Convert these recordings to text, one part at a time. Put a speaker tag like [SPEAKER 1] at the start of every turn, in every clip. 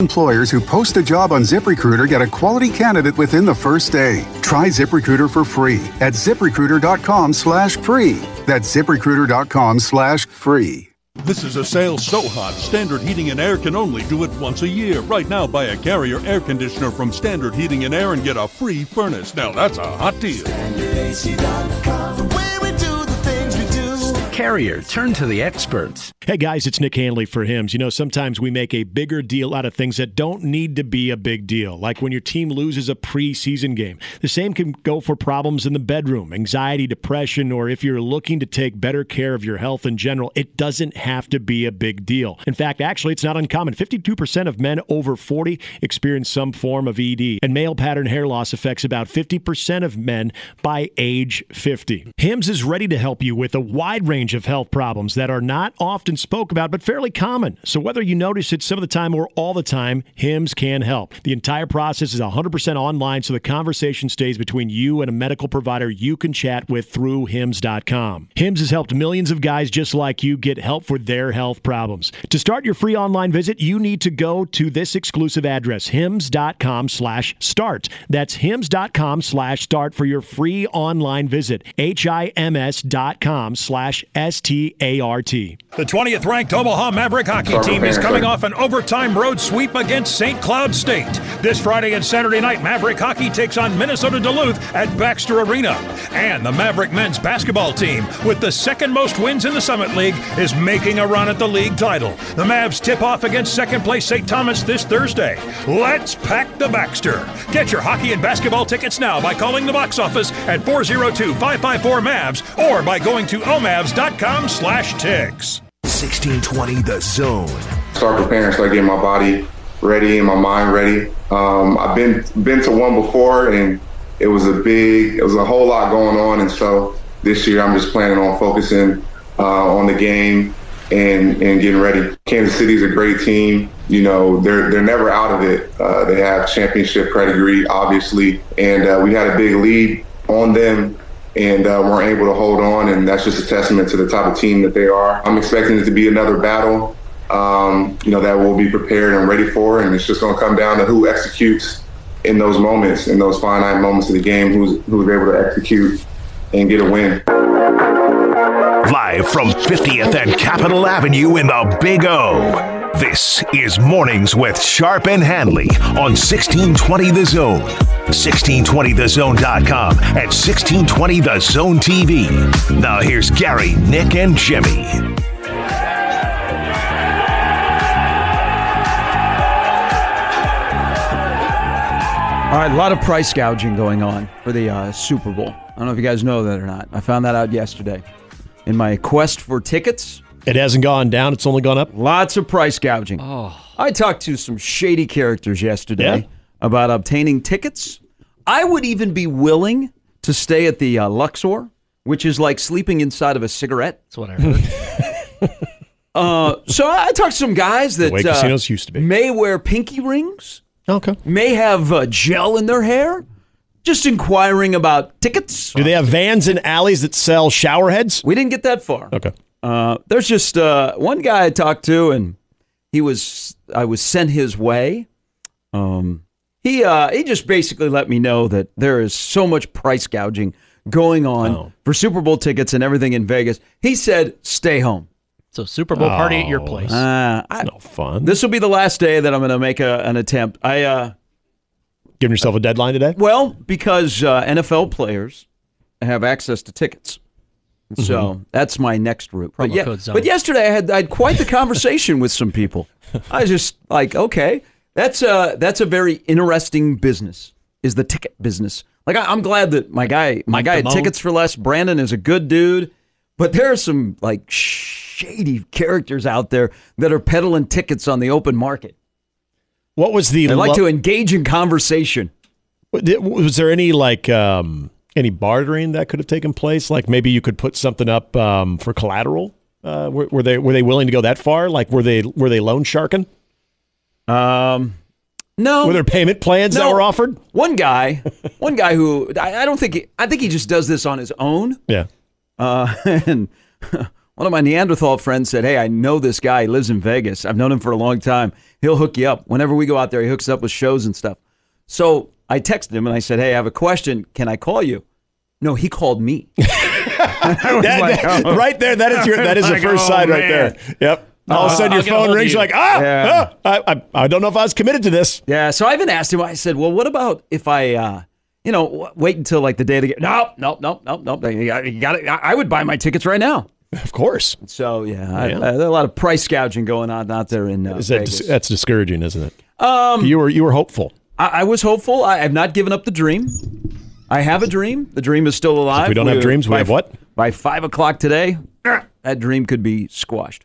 [SPEAKER 1] Employers who post a job on ZipRecruiter get a quality candidate within the first day. Try ZipRecruiter for free at ziprecruiter.com slash free. That's ziprecruiter.com slash free.
[SPEAKER 2] This is a sale so hot, Standard Heating and Air can only do it once a year. Right now, buy a Carrier air conditioner from Standard Heating and Air and get a free furnace. Now that's a hot deal.
[SPEAKER 3] Carrier, turn to the experts.
[SPEAKER 4] Hey guys, it's Nick Hanley for Hims. You know, sometimes we make a bigger deal out of things that don't need to be a big deal, like when your team loses a preseason game. The same can go for problems in the bedroom, anxiety, depression, or if you're looking to take better care of your health in general, it doesn't have to be a big deal. In fact, actually, it's not uncommon. 52% of men over 40 experience some form of ED, and male pattern hair loss affects about 50% of men by age 50. Hims is ready to help you with a wide range of health problems that are not often spoke about, but fairly common. So whether you notice it some of the time or all the time, Hims can help. The entire process is 100% online, so the conversation stays between you and a medical provider you can chat with through Hims.com. Hims has helped millions of guys just like you get help for their health problems. To start your free online visit, you need to go to this exclusive address, Hims.com slash start. That's Hims.com slash start for your free online visit. H-I-M-S dot com slash S-T-A-R-T.
[SPEAKER 5] The 20th ranked Omaha Maverick hockey team is coming off an overtime road sweep against St. Cloud State. This Friday and Saturday night, Maverick hockey takes on Minnesota Duluth at Baxter Arena. And the Maverick men's basketball team, with the second most wins in the Summit League, is making a run at the league title. The Mavs tip off against second place St. Thomas this Thursday. Let's pack the Baxter. Get your hockey and basketball tickets now by calling the box office at 402 554 MAVS or by going to omavs.com slash ticks.
[SPEAKER 3] 1620 The Zone.
[SPEAKER 6] start preparing, start getting my body ready and my mind ready. Um, I've been been to one before, and it was a big, it was a whole lot going on. And so this year, I'm just planning on focusing uh, on the game and and getting ready. Kansas City's a great team. You know, they're they're never out of it. Uh, they have championship pedigree, obviously, and uh, we had a big lead on them. And uh, weren't able to hold on, and that's just a testament to the type of team that they are. I'm expecting it to be another battle um, you know, that we'll be prepared and ready for. And it's just going to come down to who executes in those moments, in those finite moments of the game, who's who's able to execute and get a win.
[SPEAKER 3] Live from 50th and Capitol Avenue in the Big O. This is Mornings with Sharp and Hanley on 1620 The Zone, 1620thezone.com, and 1620 The Zone TV. Now here's Gary, Nick, and Jimmy.
[SPEAKER 7] All right, a lot of price gouging going on for the uh, Super Bowl. I don't know if you guys know that or not. I found that out yesterday. In my quest for tickets,
[SPEAKER 4] It hasn't gone down, it's only gone up.
[SPEAKER 7] lots of price gouging.
[SPEAKER 8] Oh.
[SPEAKER 7] I talked to some shady characters yesterday
[SPEAKER 4] Yeah?
[SPEAKER 7] about obtaining tickets. I would even be willing to stay at the uh, Luxor, which is like sleeping inside of a cigarette.
[SPEAKER 8] That's what I heard.
[SPEAKER 7] Uh, so I I talked to some guys that
[SPEAKER 4] way
[SPEAKER 7] uh,
[SPEAKER 4] casinos used to be.
[SPEAKER 7] may wear pinky rings.
[SPEAKER 4] Okay.
[SPEAKER 7] may have uh, gel in their hair. Just inquiring about tickets.
[SPEAKER 4] Do they have vans in alleys that sell shower heads?
[SPEAKER 7] We didn't get that far.
[SPEAKER 4] Okay.
[SPEAKER 7] Uh, there's just uh, one guy I talked to, and he was I was sent his way. Um, he uh, he just basically let me know that there is so much price gouging going on
[SPEAKER 4] Oh.
[SPEAKER 7] for Super Bowl tickets and everything in Vegas. He said, "Stay home."
[SPEAKER 8] So Super Bowl party at your place.
[SPEAKER 7] Uh, I,
[SPEAKER 4] No Oh, fun.
[SPEAKER 7] this will be the last day that I'm going to make a, an attempt. I uh,
[SPEAKER 4] Giving yourself a deadline today?
[SPEAKER 7] Well, because uh, NFL players have access to tickets.
[SPEAKER 4] Mm-hmm.
[SPEAKER 7] So that's my next route. But,
[SPEAKER 8] Promo
[SPEAKER 7] yeah,
[SPEAKER 8] code zone.
[SPEAKER 7] but yesterday I had I had quite the conversation with some people. I was just like, okay, that's a that's a very interesting business. Is the ticket business? Like I, I'm glad that my guy my
[SPEAKER 8] Mike
[SPEAKER 7] guy had
[SPEAKER 8] Damone.
[SPEAKER 7] tickets for less. Brandon is a good dude, but there are some like shady characters out there that are peddling tickets on the open market.
[SPEAKER 4] What was the
[SPEAKER 7] They like
[SPEAKER 4] lo-
[SPEAKER 7] to engage in conversation.
[SPEAKER 4] Was there any like um, any bartering that could have taken place? Like maybe you could put something up um, for collateral. Uh, were, were they were they willing to go that far? Like were they were they loan sharking?
[SPEAKER 7] Um, no.
[SPEAKER 4] Were there payment plans that
[SPEAKER 7] No.
[SPEAKER 4] were offered?
[SPEAKER 7] One guy, one guy who I, I don't think he, I think he just does this on his own.
[SPEAKER 4] Yeah.
[SPEAKER 7] Uh, and one of my Neanderthal friends said, "Hey, I know this guy. He lives in Vegas. I've known him for a long time. He'll hook you up whenever we go out there. He hooks up with shows and stuff." So I texted him and I said, "Hey, I have a question. Can I call you?" No, he called me. I was
[SPEAKER 4] That-
[SPEAKER 7] like,
[SPEAKER 4] that-
[SPEAKER 7] "Oh."
[SPEAKER 4] right there, that is your that is
[SPEAKER 5] Like,
[SPEAKER 4] the first
[SPEAKER 5] oh,
[SPEAKER 4] sign right
[SPEAKER 5] man.
[SPEAKER 4] there. Yep. All of a sudden,
[SPEAKER 8] Uh,
[SPEAKER 4] your
[SPEAKER 8] I'll get a hold
[SPEAKER 4] phone
[SPEAKER 8] of
[SPEAKER 4] rings.
[SPEAKER 8] you.
[SPEAKER 4] You're like, ah,
[SPEAKER 7] Yeah.
[SPEAKER 4] ah, I, I, I don't know if I was committed to this.
[SPEAKER 7] Yeah, so I even asked him. I said, "Well, what about if I, uh, you know, w- wait until like the day of the game?" No, no, no, no, no. You got, you got it. I, I would buy my tickets right now.
[SPEAKER 4] Of course,
[SPEAKER 7] So yeah, I,
[SPEAKER 4] Yeah.
[SPEAKER 7] I, there's a lot of price gouging going on out there in uh,
[SPEAKER 4] is that
[SPEAKER 7] Vegas.
[SPEAKER 4] that's discouraging, isn't it? Um, you were you were hopeful.
[SPEAKER 7] I, I was hopeful. I, I've not given up the dream. I have a dream. The dream is still alive.
[SPEAKER 4] we don't have dreams, we
[SPEAKER 7] by
[SPEAKER 4] have
[SPEAKER 7] f-
[SPEAKER 4] what?
[SPEAKER 7] By five o'clock today, that dream could be squashed,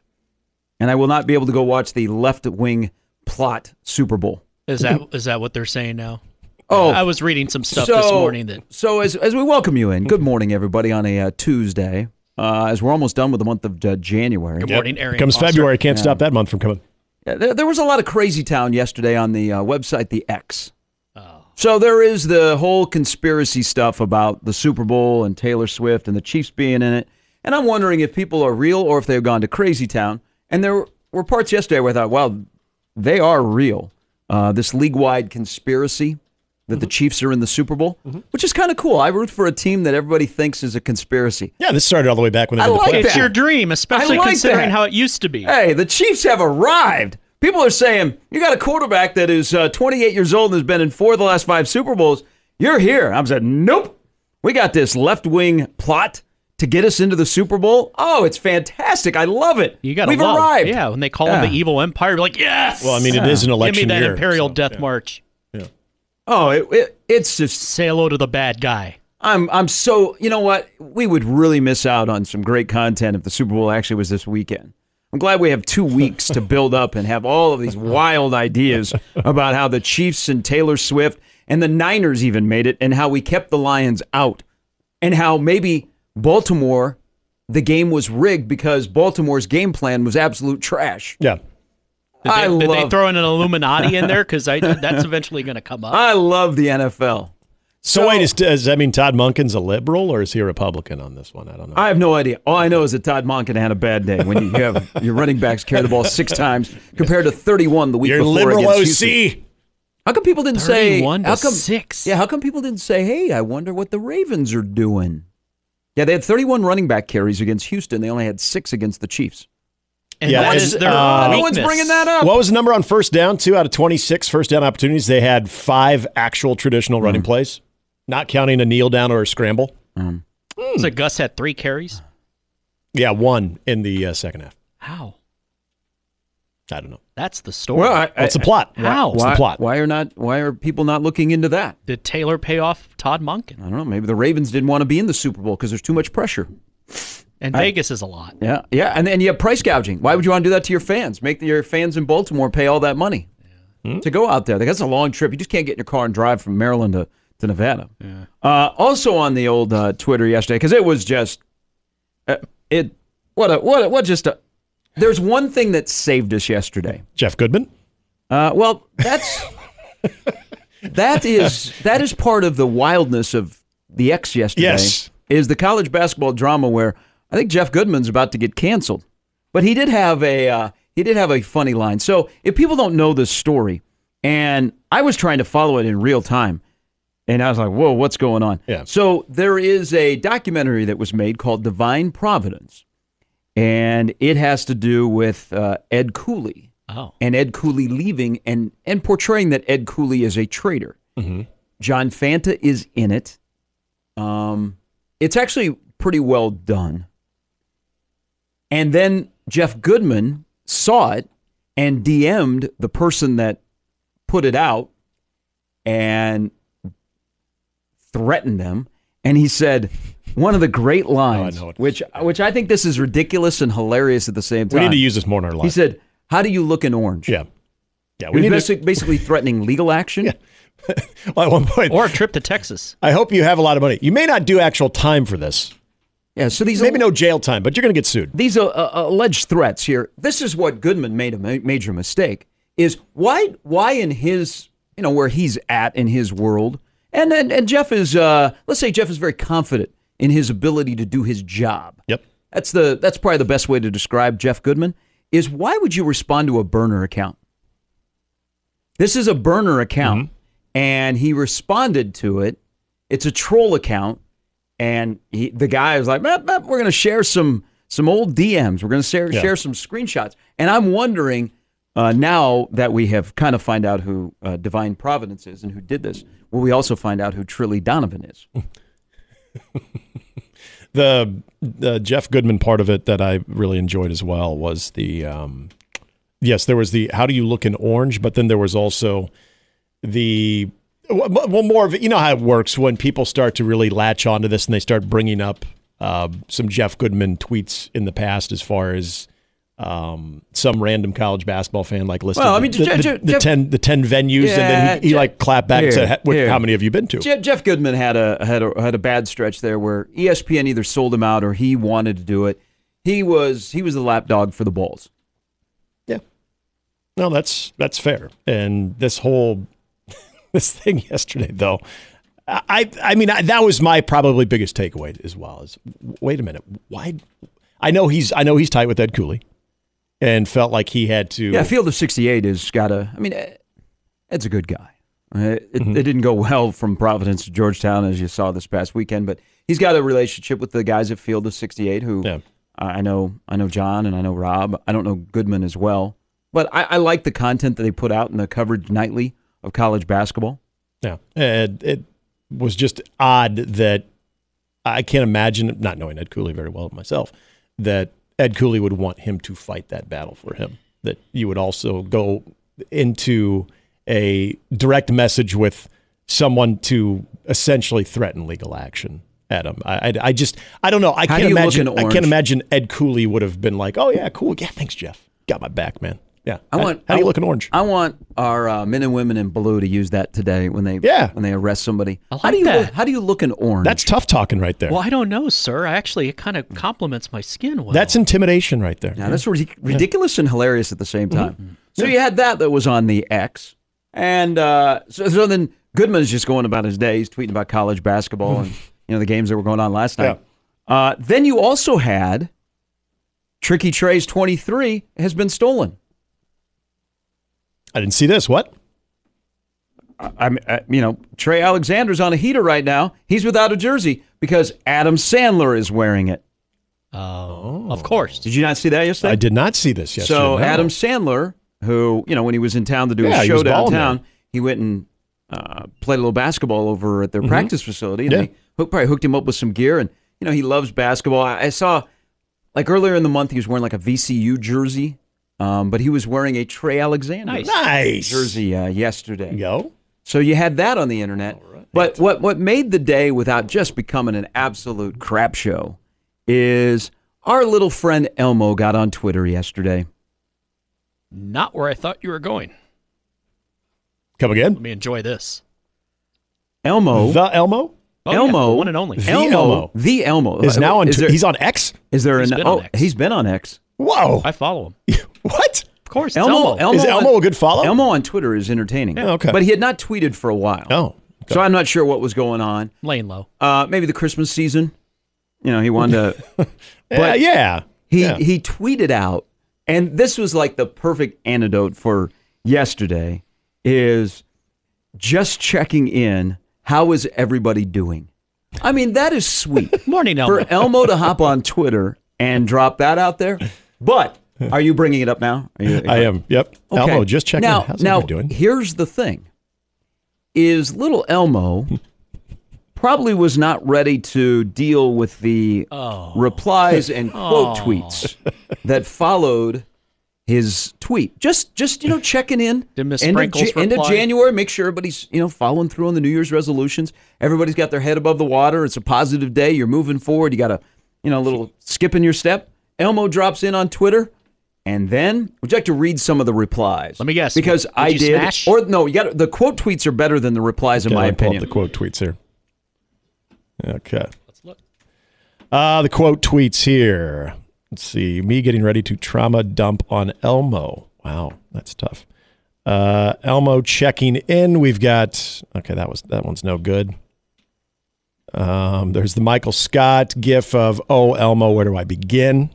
[SPEAKER 7] and I will not be able to go watch the left wing plot Super Bowl.
[SPEAKER 8] Is that is that what they're saying now?
[SPEAKER 7] Oh,
[SPEAKER 8] I was reading some stuff this morning that
[SPEAKER 7] so as as we welcome you in, good morning everybody on a uh, Tuesday. Uh, as we're almost done with the month of uh, January,
[SPEAKER 8] Good morning, Aaron.
[SPEAKER 4] Comes
[SPEAKER 8] Foster.
[SPEAKER 4] February, can't stop that month from coming.
[SPEAKER 7] Yeah, there, there was a lot of crazy town yesterday on the uh, website, the X. So there is the whole conspiracy stuff about the Super Bowl and Taylor Swift and the Chiefs being in it. And I'm wondering if people are real or if they've gone to crazy town. And there were parts yesterday where I thought, wow, they are real. Uh, this league wide conspiracy that the Chiefs are in the Super Bowl, which is kind of cool. I root for a team that everybody thinks is a conspiracy.
[SPEAKER 4] Yeah, this started all the way back when they
[SPEAKER 7] I
[SPEAKER 4] did the
[SPEAKER 7] like
[SPEAKER 4] playoffs.
[SPEAKER 7] that.
[SPEAKER 8] It's your dream, especially
[SPEAKER 7] I like
[SPEAKER 8] considering
[SPEAKER 7] that.
[SPEAKER 8] how it used to be.
[SPEAKER 7] Hey, the Chiefs have arrived. People are saying you got a quarterback that is uh, 28 years old and has been in four of the last five Super Bowls. You're here. I'm saying, nope. We got this left wing plot to get us into the Super Bowl. Oh, it's fantastic. I love it.
[SPEAKER 8] You got
[SPEAKER 7] We've
[SPEAKER 8] love.
[SPEAKER 7] arrived.
[SPEAKER 8] Yeah, when they call him the
[SPEAKER 7] Yeah.
[SPEAKER 8] evil empire, you're like, yes.
[SPEAKER 4] Well, I mean, it is an
[SPEAKER 8] give me
[SPEAKER 4] election
[SPEAKER 8] that
[SPEAKER 4] year.
[SPEAKER 8] imperial
[SPEAKER 4] so,
[SPEAKER 8] death
[SPEAKER 4] yeah.
[SPEAKER 8] march.
[SPEAKER 7] Oh, it, it, it's just
[SPEAKER 8] Say hello to the bad guy.
[SPEAKER 7] I'm I'm so you know what we would really miss out on some great content if the Super Bowl actually was this weekend. I'm glad we have two weeks to build up and have all of these wild ideas about how the Chiefs and Taylor Swift and the Niners even made it, and how we kept the Lions out, and how maybe Baltimore, the game was rigged because Baltimore's game plan was absolute trash.
[SPEAKER 4] Yeah.
[SPEAKER 8] Did they,
[SPEAKER 7] I
[SPEAKER 8] did
[SPEAKER 7] love
[SPEAKER 8] they throw in an Illuminati in there? Because that's eventually going to come up.
[SPEAKER 7] I love the NFL.
[SPEAKER 4] So, wait, is, does that mean Todd Munkin's a liberal or is he a Republican on this one? I don't know.
[SPEAKER 7] I have no idea. All I know is that Todd Monken had a bad day when you have your running backs carry the ball six times compared to 31 the week
[SPEAKER 4] Your
[SPEAKER 7] before
[SPEAKER 4] liberal
[SPEAKER 7] against
[SPEAKER 4] OC.
[SPEAKER 7] Houston. How come people didn't say
[SPEAKER 8] 31 to
[SPEAKER 7] how come,
[SPEAKER 8] six.
[SPEAKER 7] Yeah, how come people didn't say, "Hey, I wonder what the Ravens are doing." Yeah, they had 31 running back carries against Houston. They only had six against the Chiefs.
[SPEAKER 8] and
[SPEAKER 4] yeah,
[SPEAKER 8] what
[SPEAKER 4] and,
[SPEAKER 8] is their
[SPEAKER 4] uh,
[SPEAKER 7] no one's
[SPEAKER 8] weakness?
[SPEAKER 7] bringing that up.
[SPEAKER 4] What was the number on first down? Two out of 26 first down opportunities. They had five actual traditional running
[SPEAKER 7] Mm.
[SPEAKER 4] plays, not counting a kneel down or a scramble. Hmm.
[SPEAKER 8] So Gus had three carries.
[SPEAKER 4] Yeah, one in the uh, second half.
[SPEAKER 8] How?
[SPEAKER 4] I don't know.
[SPEAKER 8] That's the story.
[SPEAKER 7] Well, I, I,
[SPEAKER 4] What's the plot?
[SPEAKER 8] How?
[SPEAKER 4] What's the plot?
[SPEAKER 7] why are not why are people not looking into that?
[SPEAKER 8] Did Taylor pay off Todd Monken?
[SPEAKER 7] I don't know. Maybe the Ravens didn't want to be in the Super Bowl because there's too much pressure.
[SPEAKER 8] And Vegas is a lot.
[SPEAKER 7] Yeah, yeah, and and you have price gouging. Why would you want to do that to your fans? Make your fans in Baltimore pay all that money to go out there. Like, That's a long trip. You just can't get in your car and drive from Maryland to, to Nevada. Uh, also on the old uh, Twitter yesterday, because it was just uh, it. What a what a, what just a. There's one thing that saved us yesterday.
[SPEAKER 4] Jeff Goodman?
[SPEAKER 7] Uh, well, that's that is that is part of the wildness of the X yesterday.
[SPEAKER 4] Yes.
[SPEAKER 7] is the college basketball drama where I think Jeff Goodman's about to get canceled, but he did have a uh, he did have a funny line. So if people don't know this story, and I was trying to follow it in real time, and I was like, "Whoa, what's going on?"
[SPEAKER 4] Yeah.
[SPEAKER 7] So there is a documentary that was made called Divine Providence, and it has to do with uh, Ed Cooley
[SPEAKER 8] Oh,
[SPEAKER 7] and Ed Cooley leaving and and portraying that Ed Cooley is a traitor.
[SPEAKER 4] Mm-hmm.
[SPEAKER 7] John Fanta is in it. Um, it's actually pretty well done. And then Jeff Goodman saw it and DM'd the person that put it out and threatened them. And he said one of the great lines,
[SPEAKER 4] Oh, know it.
[SPEAKER 7] which which I think this is ridiculous and hilarious at the same
[SPEAKER 4] We
[SPEAKER 7] time.
[SPEAKER 4] need to use this more in our life.
[SPEAKER 7] He said, "How do you look in orange?"
[SPEAKER 4] yeah. Yeah,
[SPEAKER 7] He
[SPEAKER 4] we
[SPEAKER 7] was
[SPEAKER 4] need
[SPEAKER 7] basic- basically threatening legal action.
[SPEAKER 4] to, at one point.
[SPEAKER 8] or a trip to Texas.
[SPEAKER 4] I hope you have a lot of money. You may not do actual time for this.
[SPEAKER 7] Yeah, so these
[SPEAKER 4] Maybe no jail time, but you're going to get sued.
[SPEAKER 7] these uh, uh, alleged threats here. This is what Goodman made a ma- major mistake. Is why why in his you know where he's at in his world, and and, and Jeff is uh, let's say Jeff is very confident in his ability to do his job.
[SPEAKER 4] Yep.
[SPEAKER 7] That's the that's probably the best way to describe Jeff Goodman. Is why would you respond to a burner account? This is a burner account, and he responded to it. It's a troll account, and he, the guy was like, "Meh, meh, "We're going to share some some old DMs. We're going to share
[SPEAKER 4] Yeah.
[SPEAKER 7] share some screenshots." And I'm wondering uh, now that we have kind of find out who uh, Divine Providence is and who did this, will we also find out who Trilly Donovan is?
[SPEAKER 4] The, the Jeff Goodman part of it that I really enjoyed as well was the um, yes, there was the how do you look in orange, but then there was also the well more of it. You know how it works when people start to really latch onto this and they start bringing up uh, some Jeff Goodman tweets in the past as far as. Um, some random college basketball fan like listed
[SPEAKER 7] Well, I
[SPEAKER 4] the-
[SPEAKER 7] mean,
[SPEAKER 4] the,
[SPEAKER 7] Je-
[SPEAKER 4] the-
[SPEAKER 7] Je-
[SPEAKER 4] the
[SPEAKER 7] Jeff-
[SPEAKER 4] ten the ten venues, and then he, he
[SPEAKER 7] Yeah,
[SPEAKER 4] like clapped back
[SPEAKER 7] Here,
[SPEAKER 4] and said, "Ha- what-
[SPEAKER 7] here.
[SPEAKER 4] "How many have you been to?"
[SPEAKER 7] Jeff, Jeff Goodman had a had a had a bad stretch there where E ESPN either sold him out or he wanted to do it. He was he was the lapdog for the Bulls.
[SPEAKER 4] Yeah. No, that's that's fair. And this whole this thing yesterday, though, I I mean I, that was my probably biggest takeaway as well. Is wait a minute, why? I know he's I know he's tight with Ed Cooley, and felt like he had to.
[SPEAKER 7] Yeah, Field of 68 has got a. I mean, eh, Ed's a good guy. Eh, It,
[SPEAKER 4] Mm-hmm.
[SPEAKER 7] it didn't go well from Providence to Georgetown, as you saw this past weekend, but he's got a relationship with the guys at Field of 68 who
[SPEAKER 4] Yeah.
[SPEAKER 7] I I know I know John and I know Rob. I don't know Goodman as well, but I, I like the content that they put out and the coverage nightly of college basketball.
[SPEAKER 4] Yeah, and Uh, it was just odd that I can't imagine not knowing Ed Cooley very well myself that Ed Cooley would want him to fight that battle for him. That you would also go into a direct message with someone to essentially threaten legal action at him. I, I, I just I don't know. I
[SPEAKER 7] How
[SPEAKER 4] can't
[SPEAKER 7] do you look
[SPEAKER 4] imagine.
[SPEAKER 7] in
[SPEAKER 4] I can't
[SPEAKER 7] orange?
[SPEAKER 4] imagine Ed Cooley would have been like, "Oh yeah, cool, yeah, thanks, Jeff, got my back, man." Yeah,
[SPEAKER 7] I want.
[SPEAKER 4] How, do you
[SPEAKER 7] I-
[SPEAKER 4] look in orange?
[SPEAKER 7] I want our uh, men and women in blue to use that today when they
[SPEAKER 4] Yeah.
[SPEAKER 7] when they arrest somebody.
[SPEAKER 8] I
[SPEAKER 7] how do
[SPEAKER 8] like
[SPEAKER 7] you
[SPEAKER 8] that.
[SPEAKER 7] Look, how do you look in orange?
[SPEAKER 4] That's tough talking right there.
[SPEAKER 8] Well, I don't know, sir. I actually it kind of compliments my skin well.
[SPEAKER 4] That's intimidation right there.
[SPEAKER 7] Now, that's ridic- ridiculous and hilarious at the same time. So you had that that was on the X, and uh, so, so then Goodman's just going about his day. He's tweeting about college basketball and you know the games that were going on last night. Uh, then you also had Tricky Trey's twenty three has been stolen.
[SPEAKER 4] I didn't see this. What?
[SPEAKER 7] I- I'm, I, you know, Trey Alexander's on a heater right now. He's without a jersey because Adam Sandler is wearing it.
[SPEAKER 8] oh, of course.
[SPEAKER 7] Did you not see that yesterday?
[SPEAKER 4] I did not see this yesterday.
[SPEAKER 7] So
[SPEAKER 4] no.
[SPEAKER 7] Adam Sandler, who you know when he was in town to do
[SPEAKER 4] Yeah,
[SPEAKER 7] his
[SPEAKER 4] he
[SPEAKER 7] show
[SPEAKER 4] was balling
[SPEAKER 7] downtown,
[SPEAKER 4] there.
[SPEAKER 7] he went and uh, played a little basketball over at their practice facility, and
[SPEAKER 4] Mm-hmm. Yeah.
[SPEAKER 7] they hook, probably hooked him up with some gear. And you know he loves basketball. I, I saw like earlier in the month he was wearing like a VCU jersey, um, but he was wearing a Trey Alexander
[SPEAKER 8] Nice.
[SPEAKER 4] nice
[SPEAKER 7] jersey uh, yesterday.
[SPEAKER 4] Yo,
[SPEAKER 7] So you had that on the internet. But what what made the day without just becoming an absolute crap show is our little friend Elmo got on Twitter yesterday.
[SPEAKER 8] Not where I thought you were going.
[SPEAKER 4] come
[SPEAKER 8] Let
[SPEAKER 4] again.
[SPEAKER 8] me enjoy this.
[SPEAKER 7] Elmo
[SPEAKER 4] The Elmo
[SPEAKER 8] Oh, yeah,
[SPEAKER 7] Elmo,
[SPEAKER 8] the one and only.
[SPEAKER 4] The
[SPEAKER 7] Elmo,
[SPEAKER 4] Elmo.
[SPEAKER 7] the Elmo
[SPEAKER 4] is now on.
[SPEAKER 7] Is
[SPEAKER 4] Tw-
[SPEAKER 7] there,
[SPEAKER 4] he's on X.
[SPEAKER 7] is there
[SPEAKER 8] He's
[SPEAKER 7] an?
[SPEAKER 8] been
[SPEAKER 7] oh,
[SPEAKER 8] on X.
[SPEAKER 7] he's been on X.
[SPEAKER 4] Whoa.
[SPEAKER 8] I follow him.
[SPEAKER 4] what?
[SPEAKER 8] Of course, it's
[SPEAKER 7] Elmo,
[SPEAKER 8] Elmo.
[SPEAKER 7] Elmo,
[SPEAKER 4] Is Elmo a good follow?
[SPEAKER 7] Elmo on Twitter is entertaining.
[SPEAKER 4] Yeah, okay.
[SPEAKER 7] but he had not tweeted for a while.
[SPEAKER 4] Oh. okay.
[SPEAKER 7] so I'm not sure what was going on.
[SPEAKER 8] Laying low.
[SPEAKER 7] Uh, maybe the Christmas season. You know, he wanted to.
[SPEAKER 4] Yeah, yeah.
[SPEAKER 7] He
[SPEAKER 4] Yeah.
[SPEAKER 7] he tweeted out, and this was like the perfect antidote for yesterday. Is just checking in. How is everybody doing? I mean, that is sweet.
[SPEAKER 8] Morning, Elmo.
[SPEAKER 7] for Elmo to hop on Twitter and drop that out there. But are you bringing it up now? Are you,
[SPEAKER 4] I am. Yep.
[SPEAKER 7] Okay.
[SPEAKER 4] Elmo, just checking.
[SPEAKER 7] Now,
[SPEAKER 4] How's
[SPEAKER 7] now
[SPEAKER 4] everybody doing?
[SPEAKER 7] here's the thing: is little Elmo probably was not ready to deal with the
[SPEAKER 4] Oh.
[SPEAKER 7] replies and quote tweets that followed his tweet. Just, just you know, checking in.
[SPEAKER 8] Did Miss
[SPEAKER 7] end, of,
[SPEAKER 8] Sprinkles
[SPEAKER 7] Ja- end of
[SPEAKER 8] reply?
[SPEAKER 7] January, make sure everybody's you know following through on the New Year's resolutions. Everybody's got their head above the water. It's a positive day. You're moving forward. You got a you know a little skip in your step. Elmo drops in on Twitter. And then, would you like to read some of the replies?
[SPEAKER 8] Let me guess.
[SPEAKER 7] Because
[SPEAKER 8] Did
[SPEAKER 7] I
[SPEAKER 8] you
[SPEAKER 7] did,
[SPEAKER 8] smash?
[SPEAKER 7] or no, you got the quote tweets are better than the replies, in
[SPEAKER 4] Okay,
[SPEAKER 7] my
[SPEAKER 4] let me pull up
[SPEAKER 7] opinion.
[SPEAKER 4] the quote tweets here. Okay. Let's look. Uh, the quote tweets here. Let's see. Me getting ready to trauma dump on Elmo. Wow, that's tough. Uh, Elmo checking in. We've got okay. That was that one's no good. Um, there's the Michael Scott gif of oh Elmo, where do I begin?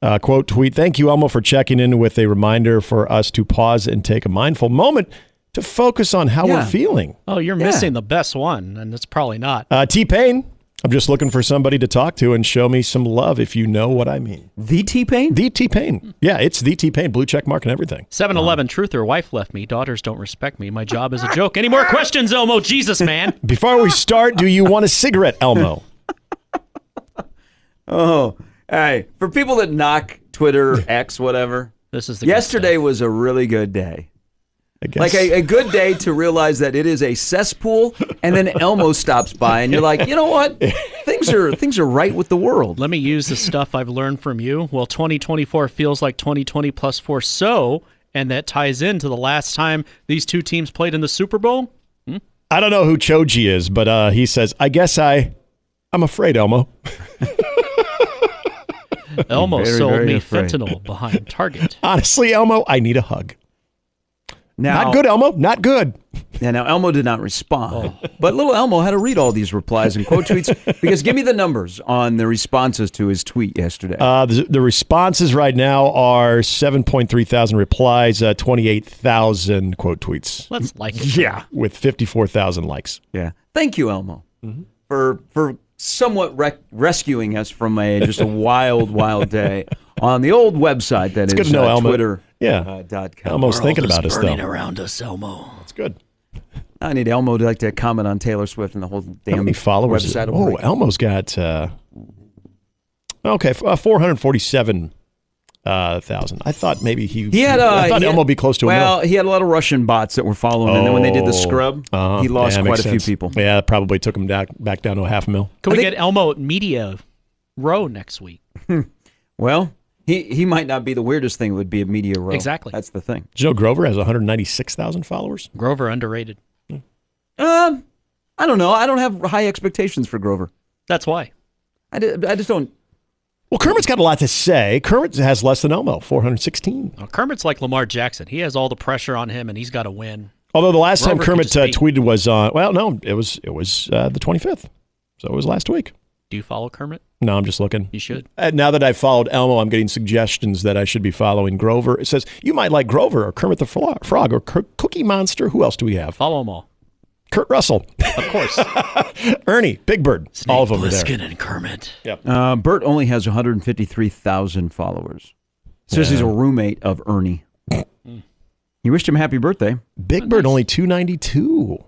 [SPEAKER 4] Uh, quote tweet Thank you, Elmo, for checking in with a reminder for us to pause and take a mindful moment to focus on how we're
[SPEAKER 7] Yeah.
[SPEAKER 4] feeling.
[SPEAKER 8] Oh, you're missing the best one, and it's probably not.
[SPEAKER 4] Uh, T Pain, I'm just looking for somebody to talk to and show me some love if you know what I mean.
[SPEAKER 7] The T Pain?
[SPEAKER 4] The T Pain. Yeah, it's the T Pain, blue check mark and everything.
[SPEAKER 8] 7 Eleven, truther, wife left me, daughters don't respect me, my job is a joke. Any more questions, Elmo? Jesus, man.
[SPEAKER 4] Before we start, do you want a cigarette, Elmo?
[SPEAKER 7] Oh, hey, for people that knock Twitter, X, whatever.
[SPEAKER 8] This is the good
[SPEAKER 7] Yesterday was a really good day.
[SPEAKER 4] I guess.
[SPEAKER 7] Like a, a good day to realize that it is a cesspool, and then Elmo stops by, and you're like, you know what? Things are things are right with the world.
[SPEAKER 8] Let me use the stuff I've learned from you. Well, 2024 feels like 2020 plus four, so, and that ties into the last time these two teams played in the Super Bowl. Hmm?
[SPEAKER 4] I don't know who Choji is, but uh, he says, I guess I, I'm afraid, Elmo.
[SPEAKER 8] Elmo
[SPEAKER 7] Very,
[SPEAKER 8] sold
[SPEAKER 7] very
[SPEAKER 8] me
[SPEAKER 7] afraid.
[SPEAKER 8] fentanyl behind Target.
[SPEAKER 4] Honestly, Elmo, I need a hug.
[SPEAKER 7] Now,
[SPEAKER 4] Not good, Elmo. Not good.
[SPEAKER 7] Yeah, now Elmo did not respond,
[SPEAKER 4] Oh.
[SPEAKER 7] but little Elmo had to read all these replies and quote tweets because give me the numbers on the responses to his tweet yesterday.
[SPEAKER 4] Uh, the, the responses right now are 7.3 thousand replies, uh, 28,000 quote tweets
[SPEAKER 8] Let's like it. Yeah.
[SPEAKER 4] with 54,000 likes.
[SPEAKER 7] yeah, thank you, Elmo,
[SPEAKER 4] mm-hmm.
[SPEAKER 7] for for somewhat rec- rescuing us from a just a wild, wild day on the old website that is
[SPEAKER 4] good to know,
[SPEAKER 7] uh,
[SPEAKER 4] Elmo.
[SPEAKER 7] Twitter.
[SPEAKER 4] Yeah.
[SPEAKER 7] uh, dot com.
[SPEAKER 4] Elmo's thinking about us, though.
[SPEAKER 8] Burning around us, Elmo.
[SPEAKER 4] That's good.
[SPEAKER 7] I need Elmo to like to comment on Taylor Swift and the whole damn
[SPEAKER 4] How many followers? is-
[SPEAKER 7] website. will
[SPEAKER 4] Oh,
[SPEAKER 7] break.
[SPEAKER 4] Elmo's got uh, okay, f- uh, four hundred forty-seven uh, thousand. I thought maybe he.
[SPEAKER 7] He had. Uh,
[SPEAKER 4] I thought
[SPEAKER 7] he had-
[SPEAKER 4] Elmo would be close to a
[SPEAKER 7] Well,
[SPEAKER 4] mil.
[SPEAKER 7] he had a lot of Russian bots that were following, him. and then when they did the
[SPEAKER 4] Oh.
[SPEAKER 7] scrub,
[SPEAKER 4] Uh-huh.
[SPEAKER 7] he lost
[SPEAKER 4] Yeah,
[SPEAKER 7] quite
[SPEAKER 4] makes
[SPEAKER 7] a
[SPEAKER 4] sense.
[SPEAKER 7] few people.
[SPEAKER 4] Yeah, probably took him down, back down to a half a mil.
[SPEAKER 8] Can
[SPEAKER 7] I
[SPEAKER 8] we
[SPEAKER 7] think-
[SPEAKER 8] get Elmo at Media Row next week?
[SPEAKER 7] Well, he he might not be the weirdest thing. Would be a media row.
[SPEAKER 8] Exactly.
[SPEAKER 7] That's the thing.
[SPEAKER 4] Joe Grover has one hundred ninety-six thousand followers.
[SPEAKER 8] Grover underrated.
[SPEAKER 7] Um, I don't know. I don't have high expectations for Grover.
[SPEAKER 8] That's why.
[SPEAKER 7] I, di- I just don't.
[SPEAKER 4] Well, Kermit's got a lot to say. Kermit has less than Elmo, four hundred sixteen.
[SPEAKER 8] Now, Kermit's like Lamar Jackson. He has all the pressure on him, and he's got to win.
[SPEAKER 4] Although the last time
[SPEAKER 8] Grover could
[SPEAKER 4] Kermit
[SPEAKER 8] just
[SPEAKER 4] uh,
[SPEAKER 8] be-
[SPEAKER 4] tweeted was on. Well, no, it was it was uh, the twenty-fifth, so it was last week.
[SPEAKER 8] Do you follow Kermit?
[SPEAKER 4] No, I'm just looking.
[SPEAKER 8] You should.
[SPEAKER 4] Uh, now that I've followed Elmo, I'm getting suggestions that I should be following Grover. It says you might like Grover or Kermit the Fro- Frog or Cur- Cookie Monster. Who else do we have?
[SPEAKER 8] Follow them all.
[SPEAKER 4] Kurt Russell,
[SPEAKER 8] Of course.
[SPEAKER 4] Ernie, Big Bird. all of them are there.
[SPEAKER 8] Snake Plissken and Kermit.
[SPEAKER 7] Uh, Bert only has 153,000 followers. Says he's a roommate of Ernie. you wished him happy birthday.
[SPEAKER 4] Big Bird only 292.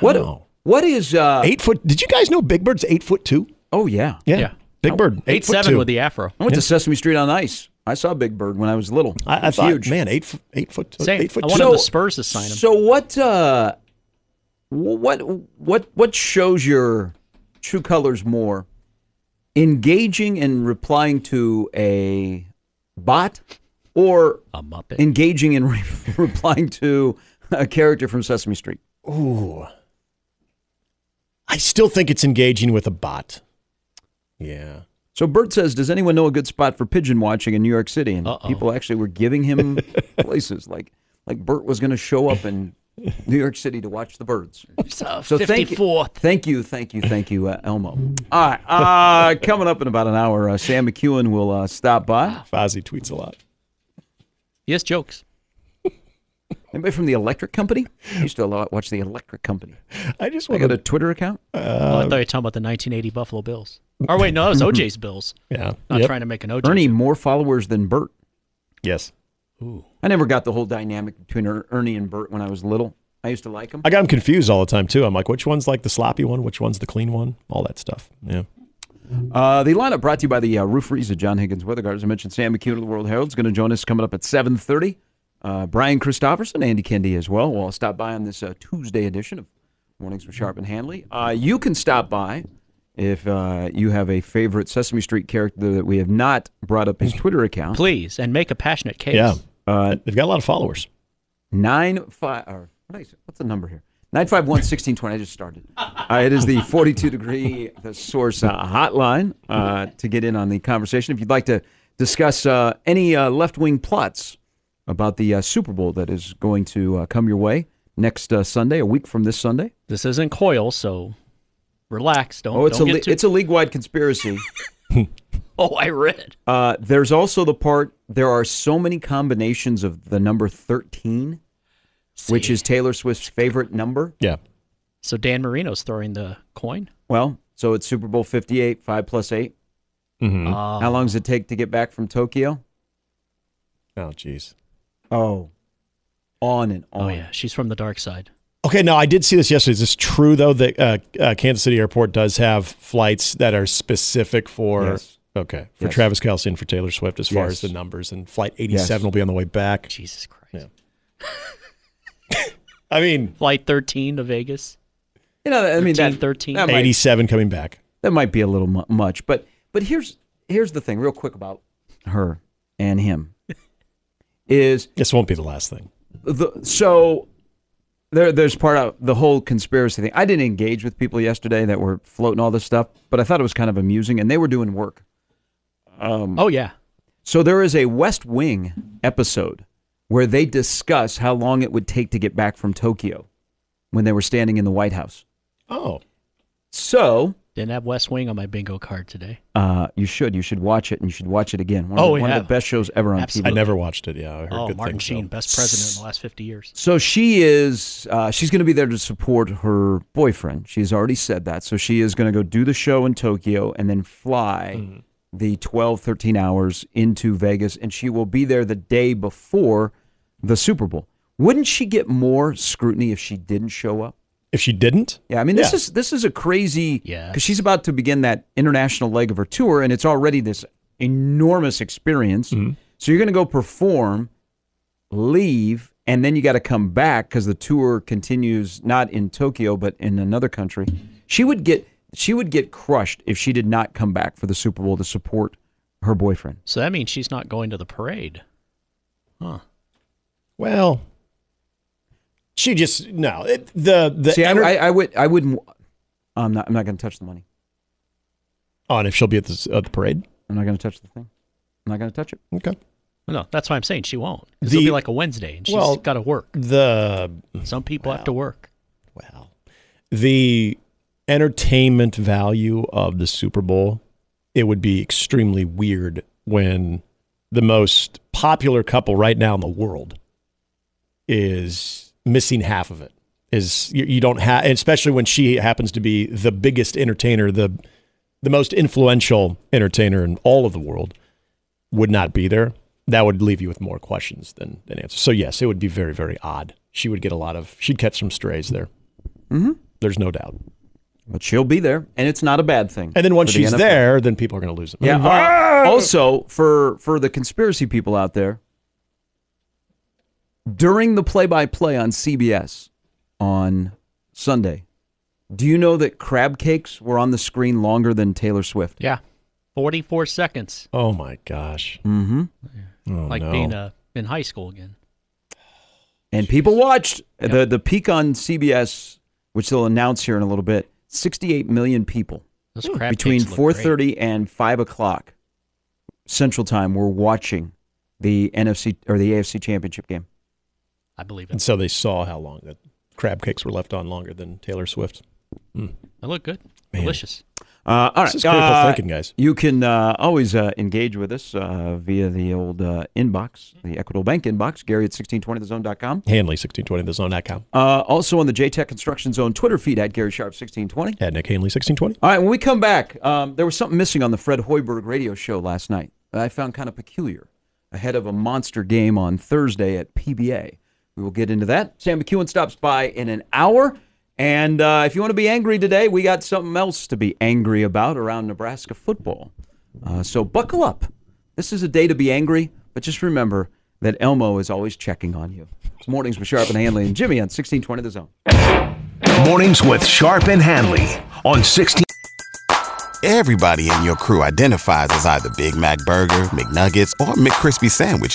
[SPEAKER 7] What?
[SPEAKER 4] Wow.
[SPEAKER 7] What is? Uh,
[SPEAKER 4] Eight foot. Did you guys know Big Bird's eight foot two?
[SPEAKER 7] Oh yeah.
[SPEAKER 4] Yeah.
[SPEAKER 8] Yeah.
[SPEAKER 4] Big Bird, eight,
[SPEAKER 8] Eight
[SPEAKER 4] foot
[SPEAKER 8] seven
[SPEAKER 4] two.
[SPEAKER 8] with the afro.
[SPEAKER 7] I went to Sesame Street on Ice. I saw Big Bird when I was little.
[SPEAKER 4] I, I
[SPEAKER 7] It's
[SPEAKER 4] thought,
[SPEAKER 7] huge.
[SPEAKER 4] man, eight foot, eight foot, two-
[SPEAKER 8] Same.
[SPEAKER 4] eight foot
[SPEAKER 8] I
[SPEAKER 4] two.
[SPEAKER 8] want him to Spurs to sign him.
[SPEAKER 7] So what? Uh, wh- what? What? What shows your true colors more? Engaging and replying to a bot, or
[SPEAKER 8] a Muppet.
[SPEAKER 7] engaging and re- replying to a character from Sesame Street.
[SPEAKER 4] Ooh. I still think it's engaging with a bot. Yeah.
[SPEAKER 7] So Bert says, "Does anyone know a good spot for pigeon watching in New York City?" And
[SPEAKER 8] Uh-oh.
[SPEAKER 7] people actually were giving him places like like Bert was going to show up in New York City to watch the birds.
[SPEAKER 8] uh,
[SPEAKER 7] So thank you, thank you, thank you, thank you, uh, Elmo. All right, uh, coming up in about an hour, uh, Sam McEwen will uh, stop by.
[SPEAKER 4] Fozzie tweets a lot.
[SPEAKER 8] He has jokes.
[SPEAKER 7] Anybody from the Electric Company? I used to lo- watch the Electric Company.
[SPEAKER 4] I just
[SPEAKER 7] I
[SPEAKER 4] want
[SPEAKER 7] got a
[SPEAKER 4] to.
[SPEAKER 7] Twitter account.
[SPEAKER 8] oh, I thought you were talking about the 1980 Buffalo Bills. Or wait, no, that was OJ's Bills.
[SPEAKER 4] Yeah.
[SPEAKER 8] Not
[SPEAKER 4] Yep.
[SPEAKER 8] trying to make an OJ.
[SPEAKER 7] Ernie more followers than Bert.
[SPEAKER 4] Yes.
[SPEAKER 7] I never got the whole dynamic between Er- Ernie and Bert when I was little. I used to like them.
[SPEAKER 4] I got them confused all the time too. I'm like, which one's like the sloppy one? Which one's the clean one? All that stuff. Yeah.
[SPEAKER 7] Uh, the lineup brought to you by the uh, Roof Reese, John Higgins Weather Guard. As I mentioned, Sam McCune of the World Herald is going to join us coming up at 7.30. Uh, Brian Christopherson, Andy Kendi as well. We'll all stop by on this uh, Tuesday edition of Mornings with Sharp and Hanley. Uh, you can stop by If uh, you have a favorite Sesame Street character that we have not brought up his Twitter account,
[SPEAKER 8] please and make a passionate case.
[SPEAKER 7] Yeah.
[SPEAKER 4] Uh, They've got a lot of followers.
[SPEAKER 7] Nine five. Or, what is it? what's the number here? Nine five one sixteen twenty. I just started. Uh, it is the forty two degree the source uh, hotline uh, to get in on the conversation. If you'd like to discuss uh, any uh, left wing plots about the uh, Super Bowl that is going to uh, come your way next uh, Sunday, a week from this Sunday.
[SPEAKER 8] This isn't coil, so relax. Don't.
[SPEAKER 7] Oh, it's
[SPEAKER 8] don't
[SPEAKER 7] a
[SPEAKER 8] get
[SPEAKER 7] le-
[SPEAKER 8] too-
[SPEAKER 7] it's a league wide conspiracy.
[SPEAKER 8] Oh, I read.
[SPEAKER 7] Uh, there's also the part. There are so many combinations of the number thirteen, which is Taylor Swift's favorite number.
[SPEAKER 4] Yeah.
[SPEAKER 8] So Dan Marino's throwing the coin.
[SPEAKER 7] Well, so it's Super Bowl Fifty Eight, five plus eight.
[SPEAKER 4] Mm-hmm.
[SPEAKER 8] Oh.
[SPEAKER 7] How long does it take to get back from Tokyo?
[SPEAKER 4] Oh, jeez.
[SPEAKER 7] Oh, on and on.
[SPEAKER 8] Oh yeah, she's from the dark side.
[SPEAKER 4] Okay, no, I did see this yesterday. Is this true though that uh, uh, Kansas City Airport does have flights that are specific for
[SPEAKER 7] Yes.
[SPEAKER 4] okay for
[SPEAKER 7] Yes.
[SPEAKER 4] Travis Kelsey and for Taylor Swift as far
[SPEAKER 7] Yes.
[SPEAKER 4] as the numbers? And flight eighty-seven
[SPEAKER 7] Yes.
[SPEAKER 4] will be on the way back.
[SPEAKER 8] Jesus Christ.
[SPEAKER 4] I mean,
[SPEAKER 8] Flight 13 to Vegas.
[SPEAKER 7] You know, I mean that
[SPEAKER 8] 13, 13.
[SPEAKER 7] that might,
[SPEAKER 4] eighty-seven coming back.
[SPEAKER 7] that might be a little mu- much, but but here's here's the thing, real quick about her and him is
[SPEAKER 4] This won't be the last thing.
[SPEAKER 7] the, so there, there's part of the whole conspiracy thing. I didn't engage with people yesterday that were floating all this stuff, but I thought it was kind of amusing, and they were doing work. Um,
[SPEAKER 8] Oh yeah.
[SPEAKER 7] so there is a West Wing episode where they discuss how long it would take to get back from Tokyo when they were standing in the White House.
[SPEAKER 4] Oh,
[SPEAKER 7] So
[SPEAKER 8] Didn't have West Wing on my bingo card today.
[SPEAKER 7] uh, you should you should watch it, and you should watch it again. One of,
[SPEAKER 8] Oh,
[SPEAKER 7] the, one of
[SPEAKER 8] yeah.
[SPEAKER 7] the best shows ever on
[SPEAKER 8] Absolutely.
[SPEAKER 4] I
[SPEAKER 7] TV.
[SPEAKER 4] never watched it. Yeah, I heard
[SPEAKER 8] Oh,
[SPEAKER 4] good
[SPEAKER 8] Martin
[SPEAKER 4] things. though.
[SPEAKER 8] Sheen, best president in the last 50 years.
[SPEAKER 7] So she is uh, she's going to be there to support her boyfriend. She's already said that. So she is going to go do the show in Tokyo and then fly the 12 13 hours into Vegas and she will be there the day before the Super Bowl. Wouldn't she get more scrutiny if she didn't show up?
[SPEAKER 4] If she didn't,
[SPEAKER 7] Yeah, I mean this
[SPEAKER 4] Yeah.
[SPEAKER 7] is this is a crazy
[SPEAKER 8] Yeah.
[SPEAKER 7] cuz she's about to begin that international leg of her tour and it's already this enormous experience.
[SPEAKER 4] Mm-hmm.
[SPEAKER 7] So you're going to go perform, leave, and then you got to come back cuz the tour continues not in Tokyo but in another country. She would get she would get crushed if she did not come back for the Super Bowl to support her boyfriend.
[SPEAKER 8] So that means she's not going to the parade. Huh.
[SPEAKER 4] well, she just no. It, the the
[SPEAKER 7] See, I-
[SPEAKER 4] ener-
[SPEAKER 7] I, I would I wouldn't I'm not I'm not going to touch the money.
[SPEAKER 4] on if she'll be at the, at the parade.
[SPEAKER 7] I'm not going to touch the thing. I'm not going to touch it.
[SPEAKER 4] Okay.
[SPEAKER 8] No, that's why I'm saying she won't. 'Cause
[SPEAKER 4] The-
[SPEAKER 8] it'll be like a Wednesday, and she's
[SPEAKER 4] well-
[SPEAKER 8] got to work.
[SPEAKER 4] The
[SPEAKER 8] Some people have to work.
[SPEAKER 4] Well, the entertainment value of the Super Bowl, it would be extremely weird when the most popular couple right now in the world is missing half of it. Is you, you don't have, especially when she happens to be the biggest entertainer, the the most influential entertainer in all of the world, would not be there. That would leave you with more questions than than answers. So yes, it would be very very odd. She would get a lot of, she'd catch some strays there.
[SPEAKER 7] Mm-hmm.
[SPEAKER 4] There's no doubt.
[SPEAKER 7] But she'll be there, and it's not a bad thing.
[SPEAKER 4] And then once
[SPEAKER 7] for the
[SPEAKER 4] she's
[SPEAKER 7] NFL.
[SPEAKER 4] there, then people are going to lose them.
[SPEAKER 7] yeah. uh, also, for for the conspiracy people out there, during the play-by-play on CBS on Sunday, do you know that crab cakes were on the screen longer than Taylor Swift?
[SPEAKER 8] Yeah. 44 seconds,
[SPEAKER 4] Oh my gosh.
[SPEAKER 7] Mm-hmm.
[SPEAKER 4] Oh,
[SPEAKER 8] like
[SPEAKER 4] no.
[SPEAKER 8] being uh, in high school again.
[SPEAKER 7] And people watched the the peak on CBS, which they'll announce here in a little bit. Sixty-eight million people.
[SPEAKER 8] Those crab
[SPEAKER 7] between
[SPEAKER 8] cakes look great.
[SPEAKER 7] 4:30 and 5 o'clock Central Time. We're watching the NFC or the AFC Championship game.
[SPEAKER 8] I believe
[SPEAKER 4] And
[SPEAKER 8] it.
[SPEAKER 4] so they saw how long that crab cakes were left on longer than Taylor Swift.
[SPEAKER 8] They look good.
[SPEAKER 4] Man.
[SPEAKER 8] Delicious.
[SPEAKER 7] Uh, all right,
[SPEAKER 4] This is critical
[SPEAKER 7] uh,
[SPEAKER 4] thinking, guys.
[SPEAKER 7] You can uh, always uh, engage with us uh, via the old uh, inbox, the Equitable Bank inbox, Gary at 1620thezone.com.
[SPEAKER 4] Hanley 1620thezone.com.
[SPEAKER 7] Uh, also on the JTech Construction Zone Twitter feed at Gary Sharp 1620.
[SPEAKER 4] At Nick Hanley 1620.
[SPEAKER 7] All right, when we come back, um, there was something missing on the Fred Hoiberg radio show last night that I found kind of peculiar ahead of a monster game on Thursday at PBA. We will get into that. Sam McEwen stops by in an hour. And uh, if you want to be angry today, we got something else to be angry about around Nebraska football. Uh, so buckle up. This is a day to be angry, but just remember that Elmo is always checking on you. It's mornings with Sharp and Hanley and Jimmy on 1620 The Zone.
[SPEAKER 5] Mornings with Sharp and Hanley on 16.
[SPEAKER 9] Everybody in your crew identifies as either Big Mac Burger, McNuggets, or McCrispy Sandwich.